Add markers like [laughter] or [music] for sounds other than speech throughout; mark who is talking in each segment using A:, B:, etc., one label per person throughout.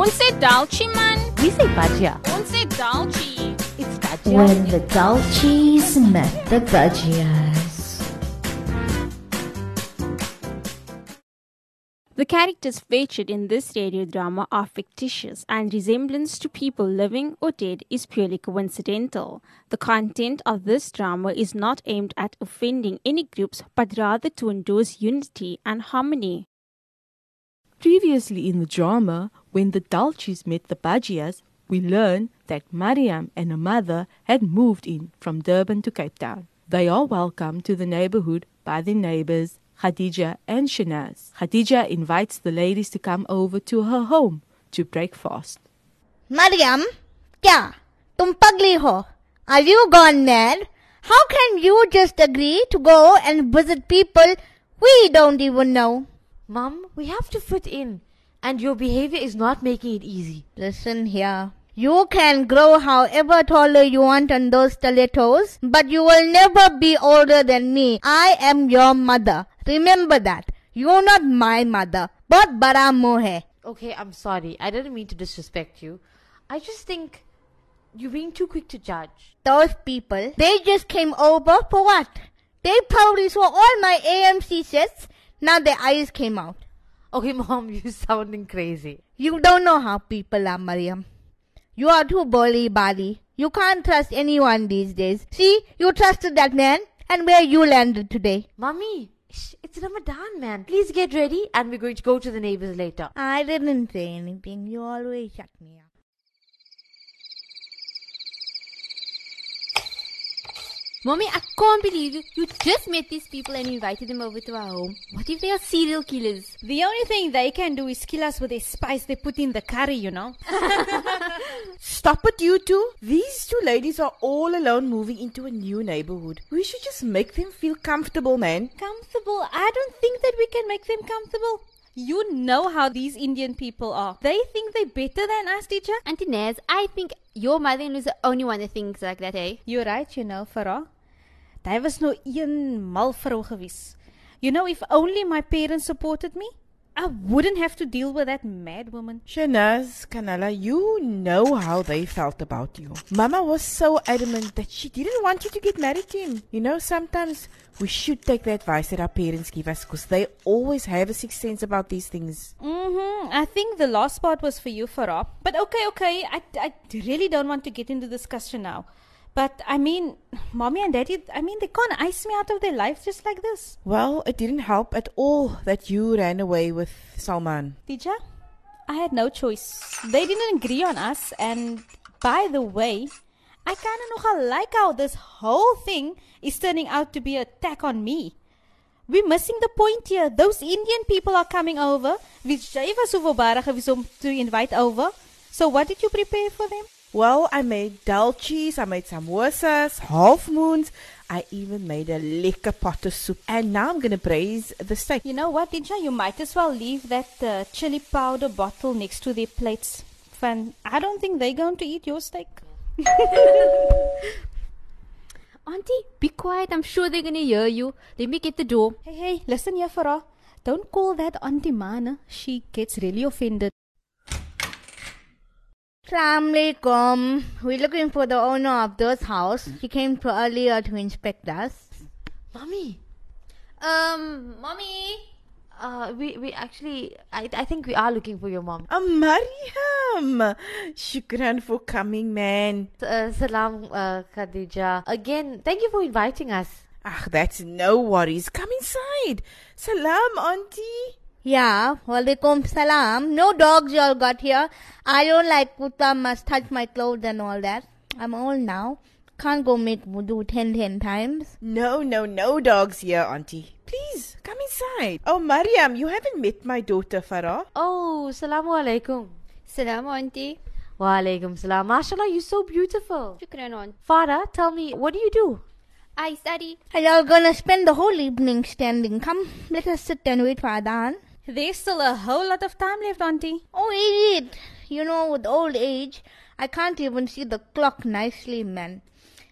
A: Ons sê dalchi man.
B: We say bhajia.
A: Ons sê dalchi.
B: It's bhajia.
C: When the Dalchis met the Gajias.
D: The characters featured in this radio drama are fictitious, and resemblance to people living or dead is purely coincidental. The content of this drama is not aimed at offending any groups, but rather to endorse unity and harmony.
E: Previously in the drama, when the Dalchis met the Bajias, we learn that Mariam and her mother had moved in from Durban to Cape Town. They are welcomed to the neighborhood by their neighbors, Khadija and Shanaz. Khadija invites the ladies to come over to her home to break fast.
F: Maryam क्या तुम पगली हो are you gone mad how can you just agree to go and visit people we don't even know
G: Mum, we have to fit in, and your behavior is not making it easy.
F: Listen here you can grow however tall you want on those stilettos but you will never be older than me I am your mother remember that you not my mother बहुत बड़ा मुंह है
G: Okay, I'm sorry. I didn't mean to disrespect you. I just think you're being too quick to judge.
F: Those people, they just came over for what? They probably saw all my AMC sets. Now their eyes came out.
G: Okay, [laughs] Mom, you're sounding crazy.
F: You don't know how people are, Mariam. You are too bully body. You can't trust anyone these days. See, you trusted that man, and where you landed today.
G: Mummy, shh, it's Ramadan, man. Please get ready, and we're going to go to the neighbors later.
F: I didn't say anything. You always shut me up.
B: Mommy, I can't believe you. You just met these people and invited them over to our home. What if they are serial killers?
A: The only thing they can do is kill us with a spice they put in the curry, you know.
H: Stop it, you two. These two ladies are all alone moving into a new neighborhood. We should just make them feel comfortable, man.
A: comfortable. I don't think that we can make them comfortable. You know how these Indian people are. They think they're better than us, teacher.
B: Auntie Naz, I think your mother-in-law is the only one that thinks like that, eh?
A: You're right, you know, Farah. Daar was nou een mal vrou gewees. You know, if only my parents supported me, I wouldn't have to deal with that mad woman.
H: Shanaz, Kanala, you know how they felt about you. Mama was so adamant that she didn't want you to get married to him. You know, sometimes we should take the advice that our parents give us because they always have a sixth sense about these things.
A: Mm-hmm. I think the last part was for you, Farah. But okay, okay. I, I really don't want to get into discussion now. But I mean, mommy and daddy, I mean, they can't ice me out of their life just like this.
H: Well, it didn't help at all that you ran away with Salman.
A: Teacher, I had no choice. They didn't agree on us. And by the way, I kind of know how like how this whole thing is turning out to be an attack on me. We're missing the point here. Those Indian people are coming over, which Jay was overbarig was om to invite over. So what did you prepare for them?
H: Well, I made dal cheese, I made samosas, half moons, I even made a lekker pot of soup. And now I'm gonna braise the steak.
A: You know what, Dinja? You might as well leave that uh, chili powder bottle next to their plates. Fun. I don't think they're going to eat your steak.
B: [laughs] Auntie, be quiet. I'm sure they're gonna hear you. Let me get the door.
A: Hey, hey, listen here, Farah. Don't call that Auntie Mana. She gets really offended.
F: Assalamualaikum. We're looking for the owner of this house. She came to earlier to inspect us.
G: Mummy,
B: Um, mommy.
G: uh, we, we actually, I, I think we are looking for your mom.
H: Oh, Mariam! Shukran for coming, man.
G: Uh, salam, uh, Khadija. Again, thank you for inviting us.
H: Ah, that's no worries. Come inside. Salam, auntie.
F: Yeah, walaikum salam. No dogs y'all got here. I don't like Kutta must touch my clothes and all that. I'm old now. Can't go make wudu ten ten times.
H: No, no, no dogs here, auntie. Please, come inside. Oh, Mariam, you haven't met my daughter, Farah.
G: Oh, salamu alaikum.
B: Salam, auntie.
G: Wa alaikum salam. Mashallah, you're so beautiful.
B: Shukran, aunt.
G: Farah, tell me, what do you do?
B: I study.
F: Are y'all gonna spend the whole evening standing? Come, let us sit and wait for Adhan.
A: There's still a whole lot of time left, Auntie.
F: Oh, idiot! You know, with old age, I can't even see the clock nicely, man.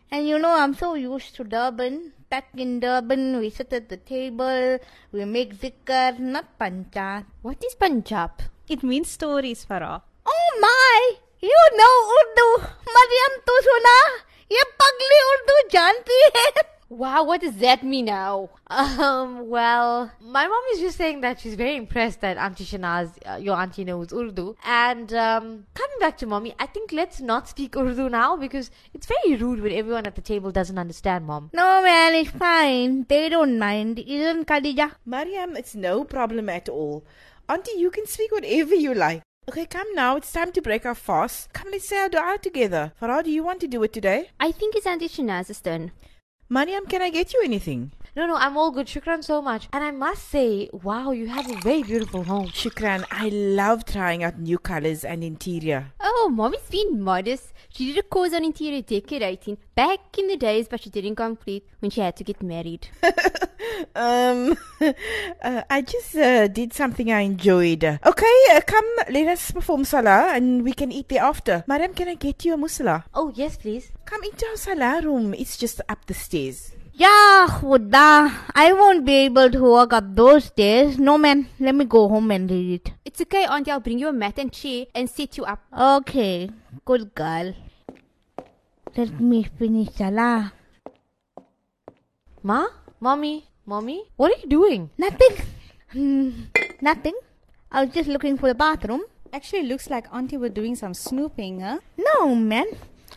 F: And you know, I'm so used to Durban. Back in Durban, we sit at the table, we make zikr, not pancha.
B: What is Punjab?
A: It means stories, Farah.
F: Oh my! You know Urdu, Mariam तो सुना? ये पगली उर्दू जानती [laughs] है
B: Wow, what does that mean now?
G: Um, well, my mom is just saying that she's very impressed that Auntie Shanaz, uh, your auntie, knows Urdu. And um, coming back to mommy, I think let's not speak Urdu now because it's very rude when everyone at the table doesn't understand mom.
F: No man, it's fine. They don't mind, isn't Khadija?
H: Mariam, it's no problem at all. Auntie, you can speak whatever you like. Okay, come now. It's time to break our fast. Come, let's say our dua together. Farah, do you want to do it today?
B: I think it's Auntie Shanaz's turn.
H: Mariam, can I get you anything?
G: No, no, I'm all good. Shukran so much. And I must say, wow, you have a very beautiful home.
H: Shukran, I love trying out new colors and interior.
B: Oh, mommy's been modest. She did a course on interior decorating back in the days, but she didn't complete when she had to get married.
H: Um, [laughs] uh, I just uh, did something I enjoyed. Okay, uh, come, let us perform salah and we can eat thereafter. Mariam, can I get you a musala?
G: Oh, yes, please.
H: Come into our salah room. It's just up the stairs.
F: Yeah, Khuda. I won't be able to walk up those stairs. No man, let me go home and read it.
B: it's okay, Auntie. I'll bring you a mat and chair and set you up.
F: Okay, good girl. Let me finish Salah.
G: Ma? Mommy? Mommy? What are you doing?
F: Nothing. Hmm, Nothing. I was just looking for the bathroom.
A: Actually, looks like Auntie were doing some snooping, huh?
F: No, man.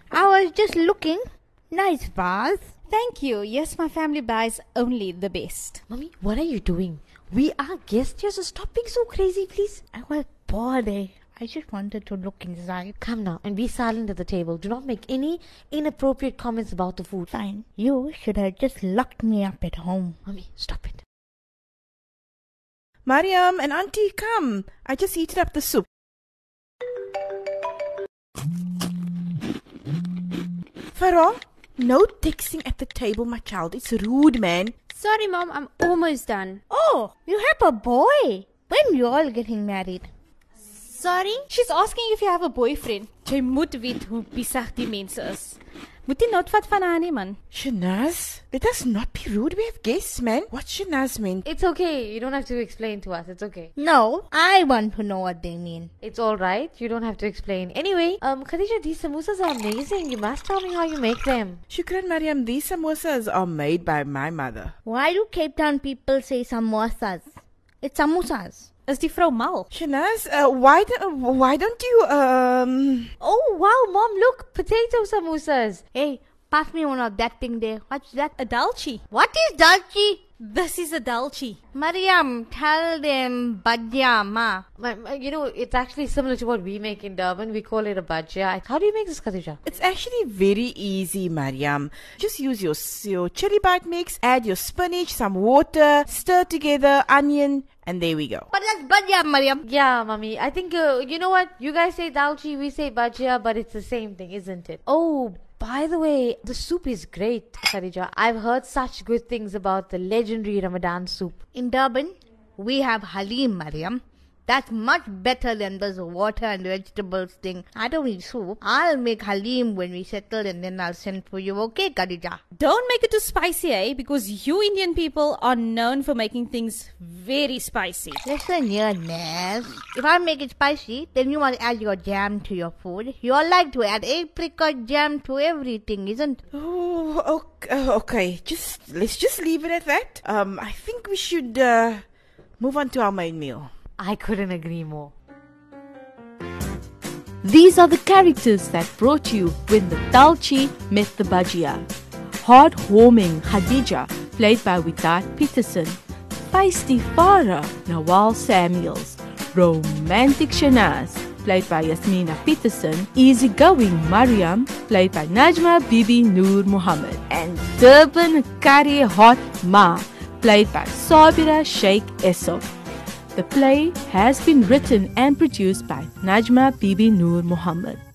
F: I was just looking. Nice vase.
A: Thank you. Yes, my family buys only the best.
G: Mommy, what are you doing? We are guests here, so stop being so crazy, please.
F: I was bored. eh. I just wanted to look inside.
G: Come now and be silent at the table. Do not make any inappropriate comments about the food.
F: Fine. You should have just locked me up at home.
G: Mommy, stop it.
H: Mariam and Auntie, come. I just heated up the soup. Farah, no texting at the table, my child. It's rude, man.
B: Sorry, Mom, I'm almost done.
F: Oh, you have a boy. When you all getting married?
B: Sorry?
A: She's asking if you have a boyfriend. Jy moet weet hoe besig die mense is. Moet jy not vat van haar nie man.
H: Shanaz, let us not be rude. We have guests, man. What Shanaz mean?
G: It's okay. You don't have to explain to us. It's okay.
F: No, I want to know what they mean.
G: It's all right. You don't have to explain. Anyway, um, Khadija, these samosas are amazing. You must tell me how you make them.
H: Shukran, Mariam, these samosas are made by my mother.
F: Why do Cape Town people say samosas? It's samosas.
A: Is die vrou mal?
H: Shanaz, uh, why, do, why don't you, um...
G: Oh wow, mom, look, potato samosas.
F: Hey, pass me one of that thing there. What's that?
A: A dalchi.
F: What is dalchi?
A: This is a dalchi.
F: Mariam, tell them bhajya ma.
G: My, my- you know, it's actually similar to what we make in Durban. We call it a bhajia. How do you make this, Khadija?
H: It's actually very easy, Mariam. Just use your, your chili bite mix, add your spinach, some water, stir together, onion, and there we go.
F: But that's bhajya, Mariam.
G: Yeah, mommy. I think uh, you know what you guys say dalchi, we say bhajia, but it's the same thing, isn't it? Oh, by the way, the soup is great, Khadija. I've heard such good things about the legendary Ramadan soup.
F: In Durban, we have halim, Mariam. That's much better than this water and vegetables thing. I don't need soup. I'll make halim when we settle and then I'll send for you. Okay, Khadija?
A: Don't make it too spicy, eh? Because you Indian people are known for making things very spicy.
F: Listen here, Ness. If I make it spicy, then you must add your jam to your food. You all like to add apricot jam to everything, isn't it?
H: Oh, ok- uh, okay. Just let's just leave it at that. Um, I think we should uh, move on to our main meal.
G: I couldn't agree more.
E: These are the characters that brought you when the Dalchi met the Bajia. Heartwarming Khadija, played by Widat Peterson. Feisty Farah, Nawal Samuels. Romantic Shanaz, played by Yasmina Peterson. Easygoing Mariam, played by Najma Bibi Noor Muhammad. And Durban Kari Hot Ma, played by Sabira Sheikh Esop. The play has been written and produced by Najma Bibi Noor Muhammad.